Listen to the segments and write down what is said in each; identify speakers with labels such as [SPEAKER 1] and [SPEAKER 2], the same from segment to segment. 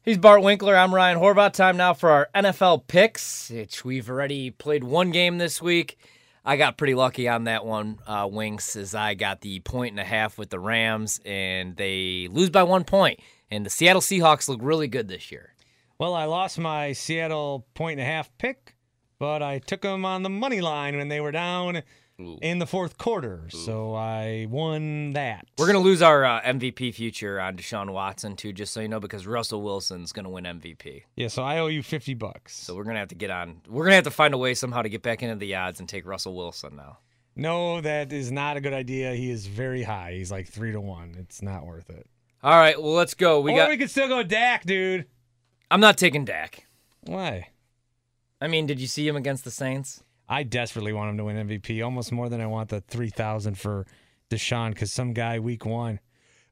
[SPEAKER 1] He's Bart Winkler. I'm Ryan Horvath. Time now for our NFL picks, which we've already played one game this week. I got pretty lucky on that one, uh, Winks, as I got the point and a half with the Rams, and they lose by one point. And the Seattle Seahawks look really good this year.
[SPEAKER 2] Well, I lost my Seattle point and a half pick, but I took them on the money line when they were down in the fourth quarter, so I won that.
[SPEAKER 1] We're going to lose our uh, MVP future on Deshaun Watson, too, just so you know, because Russell Wilson's going to win MVP.
[SPEAKER 2] yeah. So I owe you fifty bucks.
[SPEAKER 1] So we're going to have to get on. We're going to have to find a way somehow to get back into the odds and take Russell Wilson now.
[SPEAKER 2] no, that is not a good idea. He is very high. He's like three to one. It's not worth it.
[SPEAKER 1] All right, well, let's go. We
[SPEAKER 2] or
[SPEAKER 1] got.
[SPEAKER 2] we could still go Dak, dude.
[SPEAKER 1] I'm not taking Dak.
[SPEAKER 2] Why?
[SPEAKER 1] I mean, did you see him against the Saints?
[SPEAKER 2] I desperately want him to win MVP, almost more than I want the three thousand for Deshaun, because some guy week one.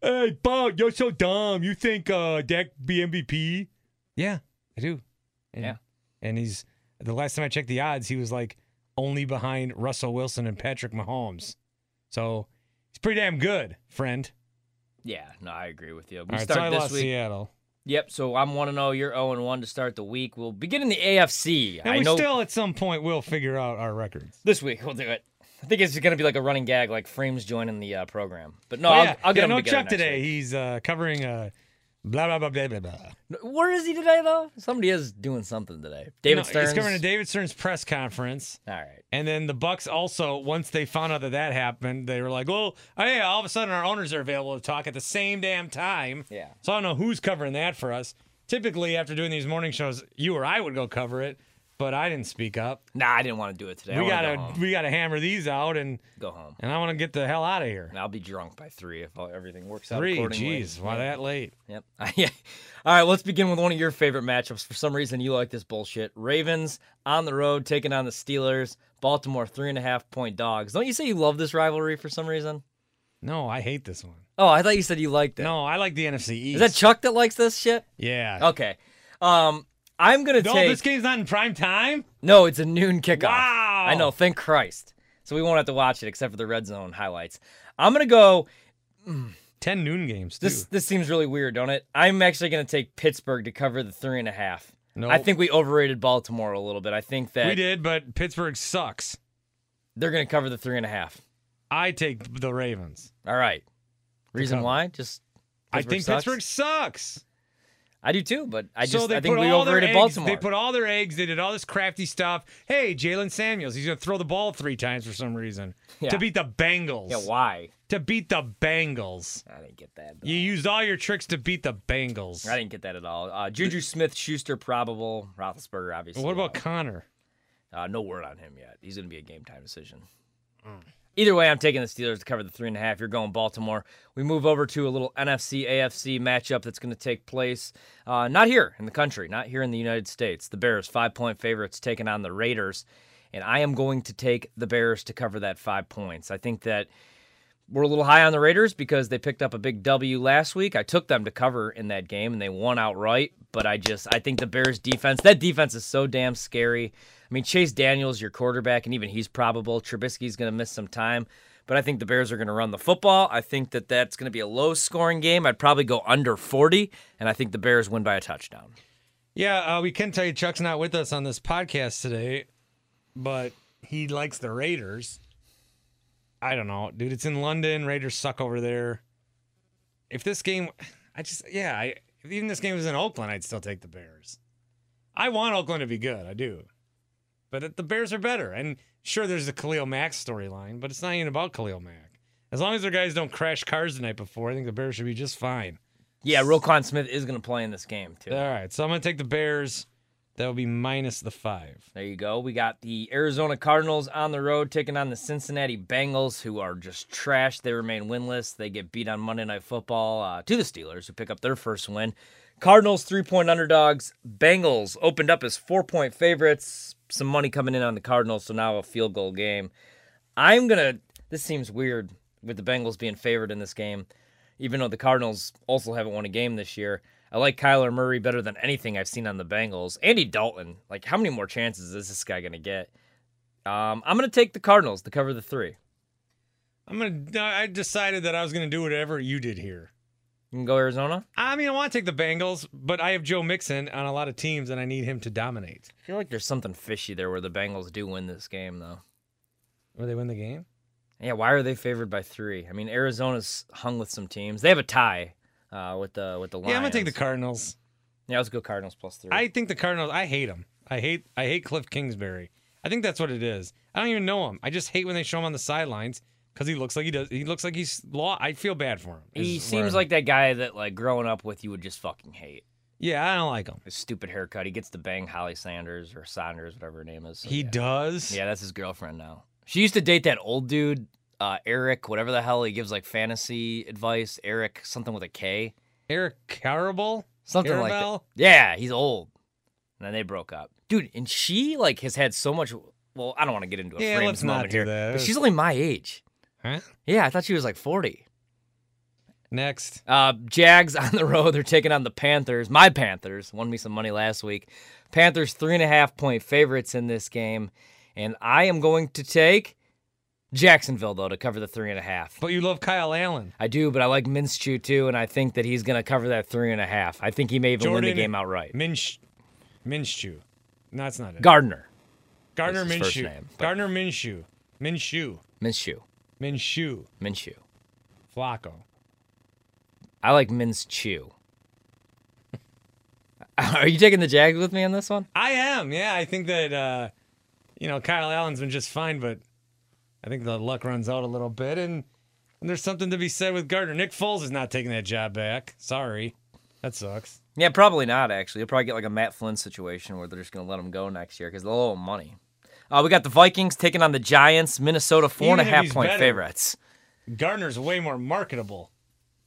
[SPEAKER 2] Hey, Bob, you're so dumb. You think uh, Dak be MVP? Yeah, I do. And,
[SPEAKER 1] Yeah.
[SPEAKER 2] and he's the last time I checked the odds, he was like only behind Russell Wilson and Patrick Mahomes. So he's pretty damn good, friend.
[SPEAKER 1] Yeah, no, I agree with you. We
[SPEAKER 2] All right, so I
[SPEAKER 1] start this
[SPEAKER 2] lost
[SPEAKER 1] week.
[SPEAKER 2] Seattle,
[SPEAKER 1] Yep, so I'm 1 0, you're 0 and 1 to start the week. We'll begin in the AFC.
[SPEAKER 2] and
[SPEAKER 1] I
[SPEAKER 2] we
[SPEAKER 1] know
[SPEAKER 2] still at some point will figure out our records.
[SPEAKER 1] this week we'll do it. I think it's going to be like a running gag, like Frames joining the uh, program. But no,
[SPEAKER 2] But
[SPEAKER 1] I'll,
[SPEAKER 2] Oh, yeah,
[SPEAKER 1] I'll get
[SPEAKER 2] yeah,
[SPEAKER 1] him
[SPEAKER 2] no
[SPEAKER 1] together
[SPEAKER 2] Chuck
[SPEAKER 1] next
[SPEAKER 2] today.
[SPEAKER 1] week.
[SPEAKER 2] He's uh, covering uh, blah blah blah blah blah blah.
[SPEAKER 1] No, Where is he today, though? Somebody is doing something today. David
[SPEAKER 2] No,
[SPEAKER 1] Stearns.
[SPEAKER 2] He's covering a David Stern's press conference.
[SPEAKER 1] All right.
[SPEAKER 2] And then the Bucks also, once they found out that that happened, they were like, "Well, hey, all of a sudden our owners are available to talk at the same damn time."
[SPEAKER 1] Yeah.
[SPEAKER 2] So I don't know who's covering that for us. Typically, after doing these morning shows, you or I would go cover it, but I didn't speak up.
[SPEAKER 1] Nah, I didn't want to do it today. I
[SPEAKER 2] we
[SPEAKER 1] wanna
[SPEAKER 2] gotta
[SPEAKER 1] go home.
[SPEAKER 2] we gotta hammer these out, and
[SPEAKER 1] Go home.
[SPEAKER 2] and I want to get the hell out of here.
[SPEAKER 1] And I'll be drunk by three if all, everything works out.
[SPEAKER 2] Three,
[SPEAKER 1] accordingly.
[SPEAKER 2] jeez, why that late?
[SPEAKER 1] Yep. yeah. All right, let's begin with one of your favorite matchups. For some reason, you like this bullshit. Ravens on the road taking on the Steelers. Baltimore three and a half point dogs. Don't you say you love this rivalry for some reason?
[SPEAKER 2] No, I hate this one.
[SPEAKER 1] Oh, I thought you said you liked it.
[SPEAKER 2] No, I like the NFC East.
[SPEAKER 1] Is that Oh, Chuck that likes this shit?
[SPEAKER 2] yeah.
[SPEAKER 1] Okay. Um, I'm gonna
[SPEAKER 2] no,
[SPEAKER 1] take.
[SPEAKER 2] this game's not in prime time.
[SPEAKER 1] No, it's a noon kickoff.
[SPEAKER 2] Wow.
[SPEAKER 1] I know. Thank Christ. So we won't have to watch it except for the red zone highlights. I'm gonna go.
[SPEAKER 2] Ten noon games. Too.
[SPEAKER 1] This this seems really weird, don't it? I'm actually going to take Pittsburgh to cover the three and a half.
[SPEAKER 2] Nope.
[SPEAKER 1] I think we overrated Baltimore a little bit. I think that
[SPEAKER 2] we did, but Pittsburgh sucks.
[SPEAKER 1] they're going to cover the three and a half.
[SPEAKER 2] I take the Ravens.
[SPEAKER 1] All right. Reason
[SPEAKER 2] cover.
[SPEAKER 1] why? Just
[SPEAKER 2] I think
[SPEAKER 1] sucks.
[SPEAKER 2] Pittsburgh sucks.
[SPEAKER 1] I do too, but I
[SPEAKER 2] so
[SPEAKER 1] just
[SPEAKER 2] they
[SPEAKER 1] I think
[SPEAKER 2] put
[SPEAKER 1] we
[SPEAKER 2] all their
[SPEAKER 1] overrated
[SPEAKER 2] eggs-
[SPEAKER 1] Baltimore.
[SPEAKER 2] They put all their eggs. They did all this crafty stuff. Hey, Jalen Samuels, he's gonna throw the ball three times for some reason
[SPEAKER 1] Yeah.
[SPEAKER 2] to beat the Bengals.
[SPEAKER 1] yeah, why?
[SPEAKER 2] to beat the Bengals,
[SPEAKER 1] I didn't get that. at
[SPEAKER 2] you
[SPEAKER 1] all.
[SPEAKER 2] used all your tricks to beat the Bengals.
[SPEAKER 1] I didn't get that at all. Uh, Juju Smith Schuster probable. Roethlisberger obviously.
[SPEAKER 2] What about
[SPEAKER 1] out.
[SPEAKER 2] Connor?
[SPEAKER 1] Uh, no word on him yet. He's going to be a game time decision. Either way, I'm taking the Steelers to cover the three and a half. You're going Baltimore. We move over to a little NFC AFC matchup that's going to take place uh, not here in the country, not here in the United States. The Bears, five point favorites, taking on the Raiders. And I am going to take the Bears to cover that five points. I think that we're a little high on the Raiders because they picked up a big W last week. I took them to cover in that game and they won outright. But I just I think the Bears defense that defense is so damn scary. I mean Chase Daniels, your quarterback, and even he's probable. Trubisky's going to miss some time, but I think the Bears are going to run the football. I think that that's going to be a low scoring game. I'd probably go under forty, and I think the Bears win by a touchdown.
[SPEAKER 2] Yeah, uh, we can tell you Chuck's not with us on this podcast today, but he likes the Raiders. I don't know, dude. It's in London. Raiders suck over there. If this game, I just yeah, I, if even this game was in Oakland, I'd still take the Bears. I want Oakland to be good, I do, but it- the Bears are better. And sure, there's the Khalil Mack storyline, but it's not even about Khalil Mack. As long as their guys don't crash cars the night before, I think the Bears should be just fine.
[SPEAKER 1] Yeah, Roquan Smith is going to play in this game too.
[SPEAKER 2] All right, so I'm gonna take the Bears. That will be minus the five.
[SPEAKER 1] There you go. We got the Arizona Cardinals on the road taking on the Cincinnati Bengals, who are just trash. They remain winless. They get beat on Monday Night Football uh, to the Steelers, who pick up their first win. Cardinals three point underdogs. Bengals opened up as four point favorites. Some money coming in on the Cardinals, so now a field goal game. I'm gonna. This seems weird with the Bengals being favored in this game, even though the Cardinals also haven't won a game this year. I like Kyler Murray better than anything I've seen on the Bengals. Andy Dalton, like how many more chances is this guy gonna get? Um, I'm gonna take the Cardinals to cover the three.
[SPEAKER 2] I'm gonna. I decided that I was gonna do whatever you did here.
[SPEAKER 1] You can go Arizona.
[SPEAKER 2] I mean, I want to take the Bengals, but I have Joe Mixon on a lot of teams, and I need him to dominate.
[SPEAKER 1] I feel like there's something fishy there where the Bengals do win this game, though.
[SPEAKER 2] Will they win the game?
[SPEAKER 1] Yeah, why are they favored by three? I mean, Arizona's hung with some teams. They have a tie uh, with the with the Lions.
[SPEAKER 2] Yeah, I'm gonna take the Cardinals.
[SPEAKER 1] Yeah, let's go Cardinals plus three.
[SPEAKER 2] I think the Cardinals. I hate them. I hate. I hate Cliff Kingsbury. I think that's what it is. I don't even know him. I just hate when they show him on the sidelines because he looks like he does. He looks like he's law. I feel bad for him. is
[SPEAKER 1] he
[SPEAKER 2] where
[SPEAKER 1] seems
[SPEAKER 2] I'm-
[SPEAKER 1] like that guy that like growing up with you would just fucking hate.
[SPEAKER 2] Yeah, I don't like him.
[SPEAKER 1] His stupid haircut. He gets to bang Holly Sanders or Saunders, whatever her name is. So,
[SPEAKER 2] He
[SPEAKER 1] yeah.
[SPEAKER 2] does.
[SPEAKER 1] Yeah, that's his girlfriend now. She used to date that old dude, uh, Eric, whatever the hell. He gives like fantasy advice. Eric, something with a K.
[SPEAKER 2] Eric Carable.
[SPEAKER 1] Something like that.
[SPEAKER 2] Carabel?
[SPEAKER 1] Yeah, he's old. And then they broke up. Dude, and she like has had so much well, I don't want to get into a
[SPEAKER 2] Yeah,
[SPEAKER 1] frames
[SPEAKER 2] let's not
[SPEAKER 1] moment
[SPEAKER 2] do
[SPEAKER 1] here.
[SPEAKER 2] that.
[SPEAKER 1] But she's only my age.
[SPEAKER 2] Huh?
[SPEAKER 1] Yeah, I thought she was like 40.
[SPEAKER 2] Next.
[SPEAKER 1] Uh, Jags on the road. They're taking on the Panthers. My Panthers won me some money last week. Panthers three and a half point favorites in this game, and I am going to take Jacksonville though to cover the three and a half.
[SPEAKER 2] But you love Kyle Allen.
[SPEAKER 1] I do, but I like Minshew too, and I think that he's going to cover that three and a half. I think he may even win
[SPEAKER 2] Jordan-
[SPEAKER 1] the game outright.
[SPEAKER 2] Minch. Minshew. No, that's not it.
[SPEAKER 1] Gardner,
[SPEAKER 2] Gardner
[SPEAKER 1] That's his first
[SPEAKER 2] Minshew.
[SPEAKER 1] name, but-
[SPEAKER 2] Gardner Minshew. Minshew.
[SPEAKER 1] Minshew,
[SPEAKER 2] Minshew.
[SPEAKER 1] Minshew.
[SPEAKER 2] Flacco.
[SPEAKER 1] I like Minshew. Are you taking the Jags with me on this one?
[SPEAKER 2] I am. Yeah, I think that uh, you know Kyle Allen's been just fine, but I think the luck runs out a little bit, and, and there's something to be said with Gardner. Nick Foles is not taking that job back. Sorry, that sucks.
[SPEAKER 1] Yeah, probably not. Actually, you'll probably get like a Matt Flynn situation where they're just going to let him go next year because they'll owe him money. Uh, we got the Vikings taking on the Giants. Minnesota four and a
[SPEAKER 2] Even if
[SPEAKER 1] half
[SPEAKER 2] he's
[SPEAKER 1] point
[SPEAKER 2] better.
[SPEAKER 1] favorites.
[SPEAKER 2] Gardner's way more marketable.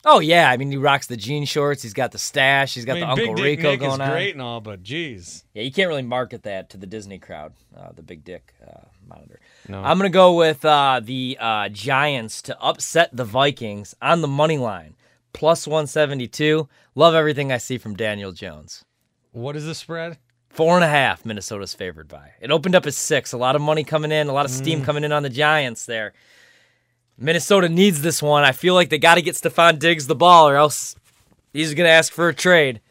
[SPEAKER 1] Oh yeah, I mean he rocks the jean shorts. He's got the stash. He's got
[SPEAKER 2] I mean,
[SPEAKER 1] the Uncle
[SPEAKER 2] Big Dick
[SPEAKER 1] Rico
[SPEAKER 2] Nick
[SPEAKER 1] going
[SPEAKER 2] is
[SPEAKER 1] on.
[SPEAKER 2] great and all, but geez,
[SPEAKER 1] Yeah, you can't really market that to the Disney crowd. Uh, the big dick uh, monitor.
[SPEAKER 2] No.
[SPEAKER 1] I'm gonna go with uh, the uh, Giants to upset the Vikings on the money line, plus 172. Love everything I see from Daniel Jones.
[SPEAKER 2] what is the spread?
[SPEAKER 1] Four and a half, Minnesota's favored by. It opened up as six. A lot of money coming in, a lot of steam coming in on the Giants there. Minnesota needs this one. I feel like they got to get Stephon Diggs the ball, or else he's going to ask for a trade.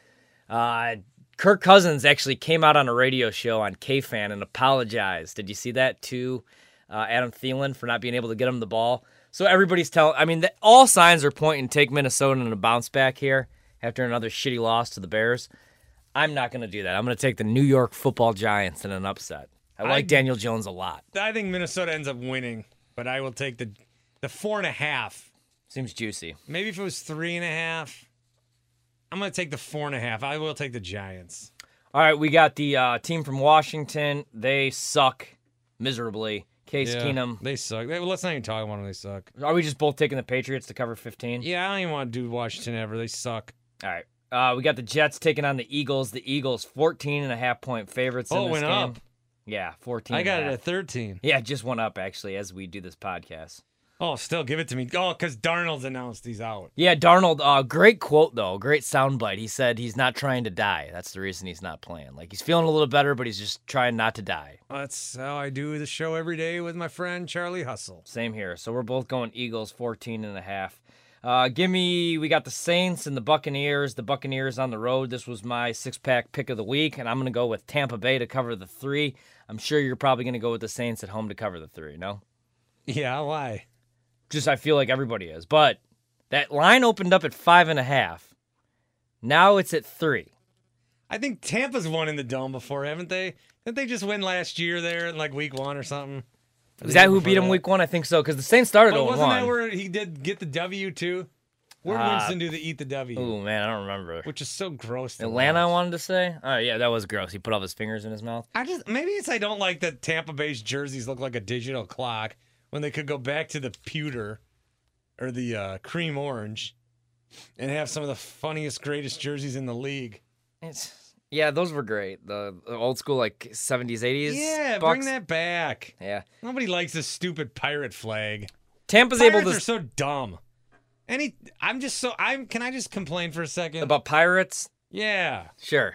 [SPEAKER 1] Uh, Kirk Cousins actually came out on a radio show on KFan and apologized. Did you see that to uh, Adam Thielen for not being able to get him the ball? So everybody's telling. I mean, th- all signs are pointing take Minnesota in a bounce back here after another shitty loss to the Bears. I'm not going to do that. I'm going to take the New York Football Giants in an upset. I like Daniel Jones a lot.
[SPEAKER 2] I think Minnesota ends up winning, but I will take the the four and a half.
[SPEAKER 1] Seems juicy.
[SPEAKER 2] Maybe if it was three and a half, I'm gonna take the four and a half. I will take the Giants.
[SPEAKER 1] All right, we got the uh, team from Washington. They suck miserably. Case Keenum.
[SPEAKER 2] They suck. They, well, let's not even talk about them. They suck.
[SPEAKER 1] Are we just both taking the Patriots to cover 15?
[SPEAKER 2] Yeah, I don't even want to do Washington ever. They suck.
[SPEAKER 1] All right. Uh, we got the Jets taking on the Eagles. The Eagles, 14 and a half point favorites in
[SPEAKER 2] Oh, it
[SPEAKER 1] this
[SPEAKER 2] went
[SPEAKER 1] game.
[SPEAKER 2] up.
[SPEAKER 1] Yeah, 14.
[SPEAKER 2] I got
[SPEAKER 1] and
[SPEAKER 2] it
[SPEAKER 1] a half.
[SPEAKER 2] at 13.
[SPEAKER 1] Yeah, it just went up, actually, as we do this podcast.
[SPEAKER 2] Oh, still give it to me. Oh, because Darnold's announced he's out.
[SPEAKER 1] Yeah, Darnold, uh, great quote, though. Great soundbite. He said he's not trying to die. That's the reason he's not playing. Like, he's feeling a little better, but he's just trying not to die.
[SPEAKER 2] That's how I do the show every day with my friend Charlie Hustle.
[SPEAKER 1] Same here. So we're both going Eagles 14 and a half. Uh, give me we got the Saints and the Buccaneers. The Buccaneers on the road. This was my six pack pick of the week, and I'm gonna go with Tampa Bay to cover the three. I'm sure you're probably gonna go with the Saints at home to cover the three, no?
[SPEAKER 2] Yeah, why?
[SPEAKER 1] Just I feel like everybody is. But that line opened up at five and a half. Now it's at three.
[SPEAKER 2] I think Tampa's won in the dome before, haven't they? Didn't they just win last year there in like week one or something?
[SPEAKER 1] Is that who
[SPEAKER 2] before
[SPEAKER 1] beat them
[SPEAKER 2] that.
[SPEAKER 1] week one? I think so, because the Saints started
[SPEAKER 2] But
[SPEAKER 1] on
[SPEAKER 2] Oh, wasn't that
[SPEAKER 1] one.
[SPEAKER 2] where he did get the W too? Where'd
[SPEAKER 1] Ah.
[SPEAKER 2] Winston do the eat the W?
[SPEAKER 1] Ooh man, I don't remember.
[SPEAKER 2] Which is so gross. to
[SPEAKER 1] Atlanta I
[SPEAKER 2] watch.
[SPEAKER 1] wanted to say. Oh yeah, that was gross. He put all his fingers in his mouth.
[SPEAKER 2] I just maybe it's I don't like that Tampa Bay's jerseys look like a digital clock when they could go back to the pewter or the uh, cream orange and have some of the funniest, greatest jerseys in the league.
[SPEAKER 1] It's yeah, those were great. The, the old school like seventies, eighties.
[SPEAKER 2] yeah, bring that back.
[SPEAKER 1] Yeah,
[SPEAKER 2] Nobody likes this stupid pirate flag.
[SPEAKER 1] Tampa's
[SPEAKER 2] Pirates
[SPEAKER 1] able to
[SPEAKER 2] are so dumb. Any, I'm just so I'm. Can I just complain for a second?
[SPEAKER 1] about pirates.
[SPEAKER 2] yeah,
[SPEAKER 1] Sure.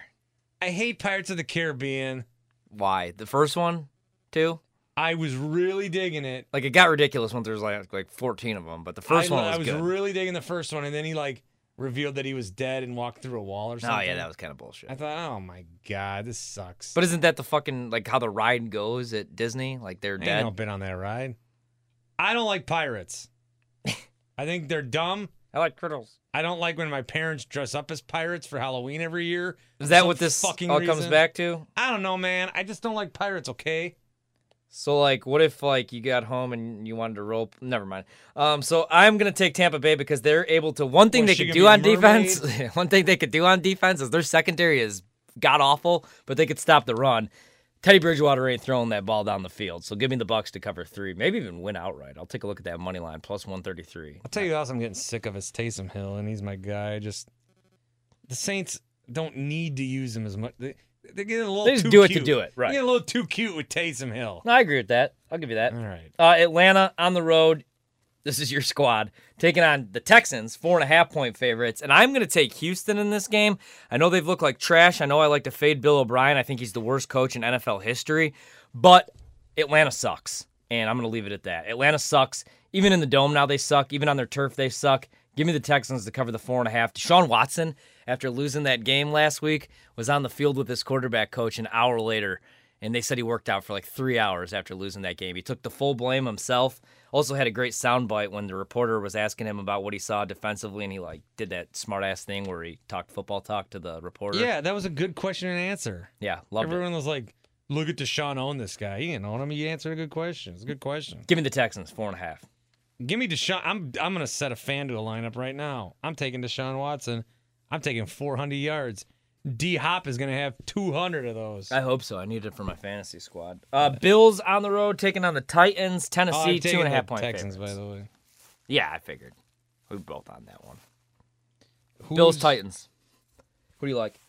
[SPEAKER 2] I hate Pirates of the Caribbean.
[SPEAKER 1] Why the first one, two?
[SPEAKER 2] I was really digging it.
[SPEAKER 1] Like it got ridiculous when there was like like fourteen of them, but the first
[SPEAKER 2] I,
[SPEAKER 1] one
[SPEAKER 2] I
[SPEAKER 1] was,
[SPEAKER 2] was
[SPEAKER 1] good.
[SPEAKER 2] really digging the first one, and then he like revealed that he was dead and walked through a wall or something.
[SPEAKER 1] Oh yeah, that was kind of bullshit.
[SPEAKER 2] I thought, oh my god, this sucks.
[SPEAKER 1] But isn't that the fucking like how the ride goes at Disney? Like they're
[SPEAKER 2] I ain't
[SPEAKER 1] dead.
[SPEAKER 2] no been on that ride. I don't like pirates. I think they're dumb.
[SPEAKER 1] I like crittles.
[SPEAKER 2] I don't like when my parents dress up as pirates for Halloween every year.
[SPEAKER 1] Is
[SPEAKER 2] for
[SPEAKER 1] that
[SPEAKER 2] some
[SPEAKER 1] what this all
[SPEAKER 2] fucking
[SPEAKER 1] comes
[SPEAKER 2] reason.
[SPEAKER 1] back to?
[SPEAKER 2] I don't know, man. I just don't like pirates. Okay.
[SPEAKER 1] So like, what if like you got home and you wanted to rope? Never mind. Um, so I'm gonna take Tampa Bay because they're able to. One thing
[SPEAKER 2] Was
[SPEAKER 1] they
[SPEAKER 2] she
[SPEAKER 1] could
[SPEAKER 2] gonna
[SPEAKER 1] do
[SPEAKER 2] be a
[SPEAKER 1] on defense. one thing they could do on defense is their secondary is god awful, but they could stop the run. Teddy Bridgewater ain't throwing that ball down the field, so give me the Bucks to cover three, maybe even win outright. I'll take a look at that money line plus one thirty three.
[SPEAKER 2] I'll tell you who else I'm getting sick of is Taysom Hill, and he's my guy. Just the Saints don't need to use him as much. They, they're getting a little
[SPEAKER 1] They just
[SPEAKER 2] too
[SPEAKER 1] do it to
[SPEAKER 2] cute.
[SPEAKER 1] do it, right.
[SPEAKER 2] They're getting a little too cute with Taysom Hill.
[SPEAKER 1] No, I agree with that. I'll give you that.
[SPEAKER 2] All right.
[SPEAKER 1] Uh, Atlanta on the road. This is your squad taking on the Texans, four and a half point favorites. And I'm going to take Houston in this game. I know they've looked like trash. I know I like to fade Bill O'Brien. I think he's the worst coach in NFL history, but Atlanta sucks. And I'm going to leave it at that. Atlanta sucks. Even in the dome now, they suck. Even on their turf, they suck. Give me the Texans to cover the four and a half. Deshaun Watson, after losing that game last week, was on the field with his quarterback coach an hour later, and they said he worked out for like three hours after losing that game. He took the full blame himself. Also had a great soundbite when the reporter was asking him about what he saw defensively, and he like did that smart ass thing where he talked football talk to the reporter.
[SPEAKER 2] Yeah, that was a good question and answer.
[SPEAKER 1] yeah, loved it.
[SPEAKER 2] Everyone was like, "Look at Deshaun own this guy. He didn't own him. He answered a good question. It's a good question.
[SPEAKER 1] Give me the Texans four and a half.
[SPEAKER 2] Give me Deshaun. I'm I'm gonna set a FanDuel lineup right now. I'm taking Deshaun Watson. I'm taking 400 yards. D Hop is gonna have 200 of those.
[SPEAKER 1] I hope so. I need it for my fantasy squad. Uh, Bills on the road taking on the Titans.
[SPEAKER 2] Oh, I'm
[SPEAKER 1] Tennessee two
[SPEAKER 2] taking
[SPEAKER 1] and a
[SPEAKER 2] the
[SPEAKER 1] half point
[SPEAKER 2] Texans,
[SPEAKER 1] favorites.
[SPEAKER 2] by the way.
[SPEAKER 1] Yeah, I figured. We were both on that one. Bills
[SPEAKER 2] Who's-
[SPEAKER 1] Titans. Who do you like?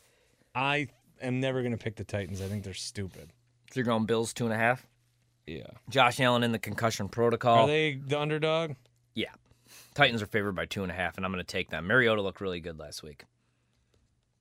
[SPEAKER 2] I am never gonna pick the Titans. I think they're stupid.
[SPEAKER 1] So you're going Bills two and a half.
[SPEAKER 2] Yeah.
[SPEAKER 1] Josh Allen in the concussion
[SPEAKER 2] Are
[SPEAKER 1] protocol.
[SPEAKER 2] they the underdog?
[SPEAKER 1] yeah. Titans are favored by two and a half, and I'm going to take them. Mariota looked really good last week.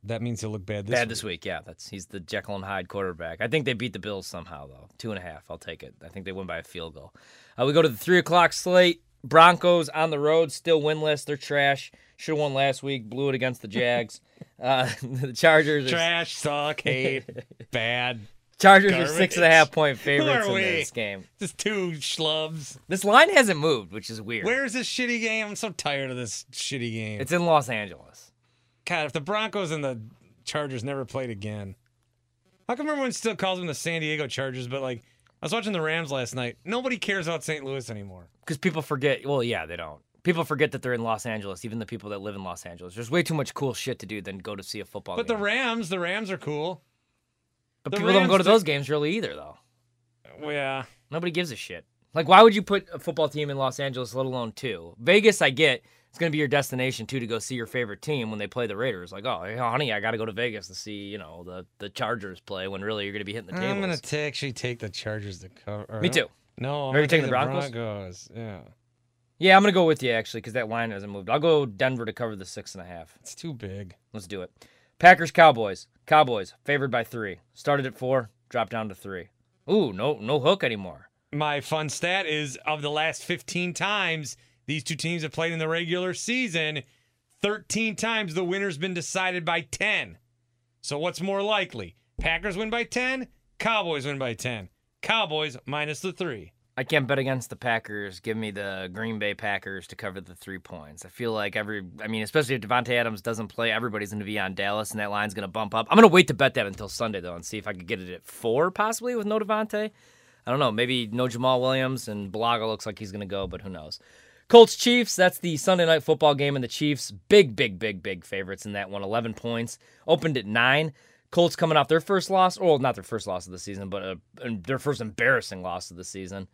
[SPEAKER 2] That means he'll look bad this.
[SPEAKER 1] Bad
[SPEAKER 2] week.
[SPEAKER 1] this week, yeah. That's he's the Jekyll and Hyde quarterback. I think they beat the Bills somehow though. Two and a half, I'll take it. I think they win by a field goal. Uh, we go to the three o'clock slate. Broncos on the road, still winless. They're trash. Should have won last week. Blew it against the Jags. uh, the Chargers. Are,
[SPEAKER 2] Trash, suck, hate, bad.
[SPEAKER 1] Chargers are six and a
[SPEAKER 2] garbage.
[SPEAKER 1] half point favorites
[SPEAKER 2] are
[SPEAKER 1] in
[SPEAKER 2] we?
[SPEAKER 1] this game.
[SPEAKER 2] Just two schlubs.
[SPEAKER 1] This line hasn't moved, which is weird.
[SPEAKER 2] Where's this shitty game? I'm so tired of this shitty game.
[SPEAKER 1] It's in Los Angeles.
[SPEAKER 2] God, if the Broncos and the Chargers never played again, how come everyone still calls them the San Diego Chargers? But like, I was watching the Rams last night. Nobody cares about St. Louis anymore.
[SPEAKER 1] Because people forget. Well, yeah, they don't. People forget that they're in Los Angeles, even the people that live in Los Angeles. There's way too much cool shit to do than go to see a football
[SPEAKER 2] But the
[SPEAKER 1] game.
[SPEAKER 2] Rams, the Rams are cool.
[SPEAKER 1] but
[SPEAKER 2] the
[SPEAKER 1] people don't go to
[SPEAKER 2] Rams
[SPEAKER 1] those games really either, though.
[SPEAKER 2] Well, yeah,
[SPEAKER 1] Nobody gives a shit. Like, why would you put a football team in Los Angeles, let alone two? Vegas, I get. It's going to be your destination, too, to go see your favorite team when they play the Raiders. Like, oh, hey, honey, I got to go to Vegas to see, you know, the, the Chargers play when really you're going to be hitting the tables.
[SPEAKER 2] I'm gonna t- actually take the Chargers to cover. or
[SPEAKER 1] Me
[SPEAKER 2] no-
[SPEAKER 1] too.
[SPEAKER 2] No, I'm
[SPEAKER 1] Are you
[SPEAKER 2] gonna
[SPEAKER 1] taking
[SPEAKER 2] take
[SPEAKER 1] the Broncos?
[SPEAKER 2] Broncos. Yeah,
[SPEAKER 1] Yeah, I'm going to go with you, actually, because that line hasn't moved. I'll go Denver to cover the six and a half.
[SPEAKER 2] it's too big.
[SPEAKER 1] Let's do it. Packers Cowboys. Cowboys favored by three. Started at four, dropped down to three. Ooh, no, no hook anymore.
[SPEAKER 2] My fun stat is of the last 15 times these two teams have played in the regular season, 13 times the winner's been decided by 10. So what's more likely? Packers win by 10, Cowboys win by 10. Cowboys minus the 3.
[SPEAKER 1] I can't bet against the Packers. Give me the Green Bay Packers to cover the three points. I feel like every, I mean, especially if Devontae Adams doesn't play, everybody's going to be on Dallas, and that line's going to bump up. I'm going to wait to bet that until Sunday, though, and see if I could get it at four, possibly with no Devontae. I don't know. Maybe no Jamal Williams and Blaga looks like he's going to go, but who knows? Colts Chiefs, that's the Sunday night football game, and the Chiefs, big, big, big, big favorites in that one. 11 points, opened at nine. Colts coming off their first loss, or well, not their first loss of the season, but uh, their first embarrassing loss of the season.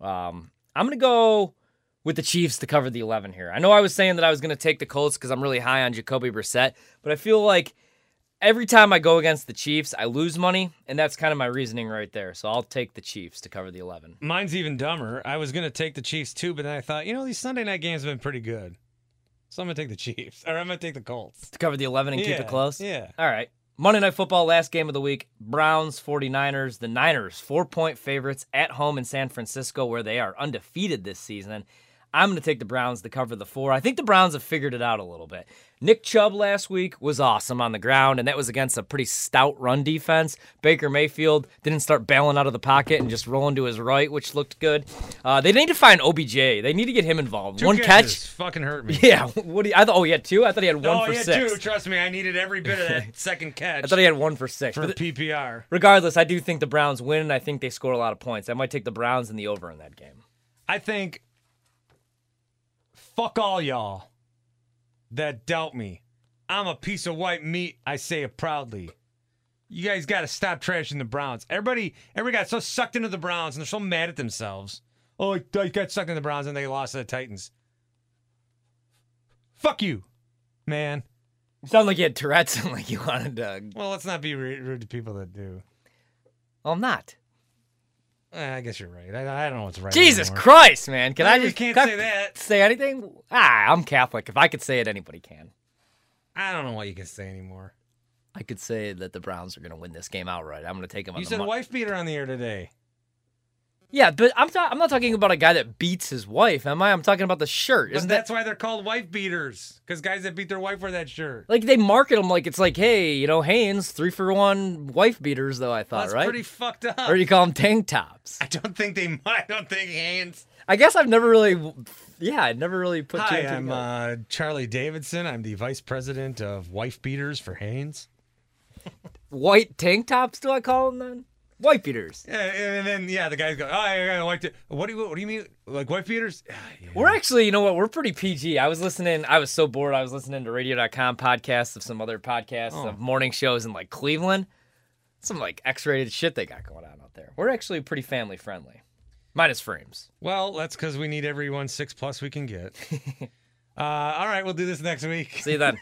[SPEAKER 1] Um, I'm going to go with the Chiefs to cover the 11 here. I know I was saying that I was going to take the Colts because I'm really high on Jacoby Brissett, but I feel like every time I go against the Chiefs, I lose money, and that's kind of my reasoning right there. So I'll take the Chiefs to cover the 11.
[SPEAKER 2] Mine's even dumber. I was going to take the Chiefs too, but then I thought, you know, these Sunday night games have been pretty good. So I'm going to take the Chiefs, or I'm going to take the Colts.
[SPEAKER 1] To cover the 11 and keep
[SPEAKER 2] Yeah,
[SPEAKER 1] it close?
[SPEAKER 2] yeah.
[SPEAKER 1] All right. Monday Night Football, last game of the week. Browns, 49ers. The Niners, four point favorites at home in San Francisco, where they are undefeated this season. I'm going to take the Browns to cover the four. I think the Browns have figured it out a little bit. Nick Chubb last week was awesome on the ground, and that was against a pretty stout run defense. Baker Mayfield didn't start bailing out of the pocket and just rolling to his right, which looked good. Uh, they need to find OBJ. They need to get him involved.
[SPEAKER 2] Two
[SPEAKER 1] one
[SPEAKER 2] catches fucking hurt me.
[SPEAKER 1] catch. Yeah. What do you, I thought? Oh, he had two. I thought he had one
[SPEAKER 2] Oh,
[SPEAKER 1] for
[SPEAKER 2] yeah,
[SPEAKER 1] six.
[SPEAKER 2] two. Trust me, I needed every bit of that second catch
[SPEAKER 1] I thought he had one for six.
[SPEAKER 2] for
[SPEAKER 1] But th-
[SPEAKER 2] PPR.
[SPEAKER 1] regardless, I do think the Browns win, and I think they score a lot of points. I might take the Browns and the over in that game.
[SPEAKER 2] I think fuck all y'all that doubt me. I'm a piece of white meat, I say it proudly. You guys gotta stop trashing the Browns. Everybody everybody got so sucked into the Browns and they're so mad at themselves. Oh, I got sucked into the Browns and they lost to the Titans. Fuck you, man.
[SPEAKER 1] You sound like you had Tourette's and like you wanted to.
[SPEAKER 2] Well, let's not be ru- rude to people that do.
[SPEAKER 1] Well, I'm not.
[SPEAKER 2] Eh, I guess you're right. I, I don't know what's right.
[SPEAKER 1] Jesus
[SPEAKER 2] anymore.
[SPEAKER 1] Christ, man! Can
[SPEAKER 2] Well,
[SPEAKER 1] I
[SPEAKER 2] you
[SPEAKER 1] just
[SPEAKER 2] can't
[SPEAKER 1] can I
[SPEAKER 2] say that.
[SPEAKER 1] Say anything? Ah, I'm Catholic. If I could say it, anybody can.
[SPEAKER 2] I don't know what you can say anymore.
[SPEAKER 1] I could say that the Browns are going to win this game outright. I'm going to take them. on
[SPEAKER 2] You
[SPEAKER 1] the
[SPEAKER 2] said
[SPEAKER 1] mon-
[SPEAKER 2] wife beater on the air today.
[SPEAKER 1] Yeah, but I'm ta- I'm not talking about a guy that beats his wife, am I? I'm talking about the shirt.
[SPEAKER 2] But
[SPEAKER 1] Isn't that
[SPEAKER 2] that's why they're called wife beaters, because guys that beat their wife wear that shirt.
[SPEAKER 1] like they market them like it's like, hey, you know, Haynes three for one wife beaters though. I thought
[SPEAKER 2] That's
[SPEAKER 1] right,
[SPEAKER 2] pretty fucked up.
[SPEAKER 1] or you call them tank tops.
[SPEAKER 2] I don't think they. I don't think hands.
[SPEAKER 1] I guess I've never really, yeah, I never really put two
[SPEAKER 2] Hi,
[SPEAKER 1] and two
[SPEAKER 2] I'm
[SPEAKER 1] together.
[SPEAKER 2] uh, Charlie Davidson. I'm the vice president of wife beaters for Haynes.
[SPEAKER 1] white tank tops. Do I call them then? Wife beaters.
[SPEAKER 2] Yeah, and then yeah, the guys go, oh, I got a wife. beater." What do you What do you mean, like wife beaters? Ah, yeah.
[SPEAKER 1] We're actually, you know what? We're pretty PG. I was listening. I was so bored. I was listening to radio.com podcasts of some other podcasts
[SPEAKER 2] Oh.
[SPEAKER 1] of morning shows in like Cleveland. Some like X rated shit they got going on out there. We're actually pretty family friendly, minus frames.
[SPEAKER 2] Well, that's because we need everyone six plus we can get. uh, all right, we'll do this next week.
[SPEAKER 1] See you then.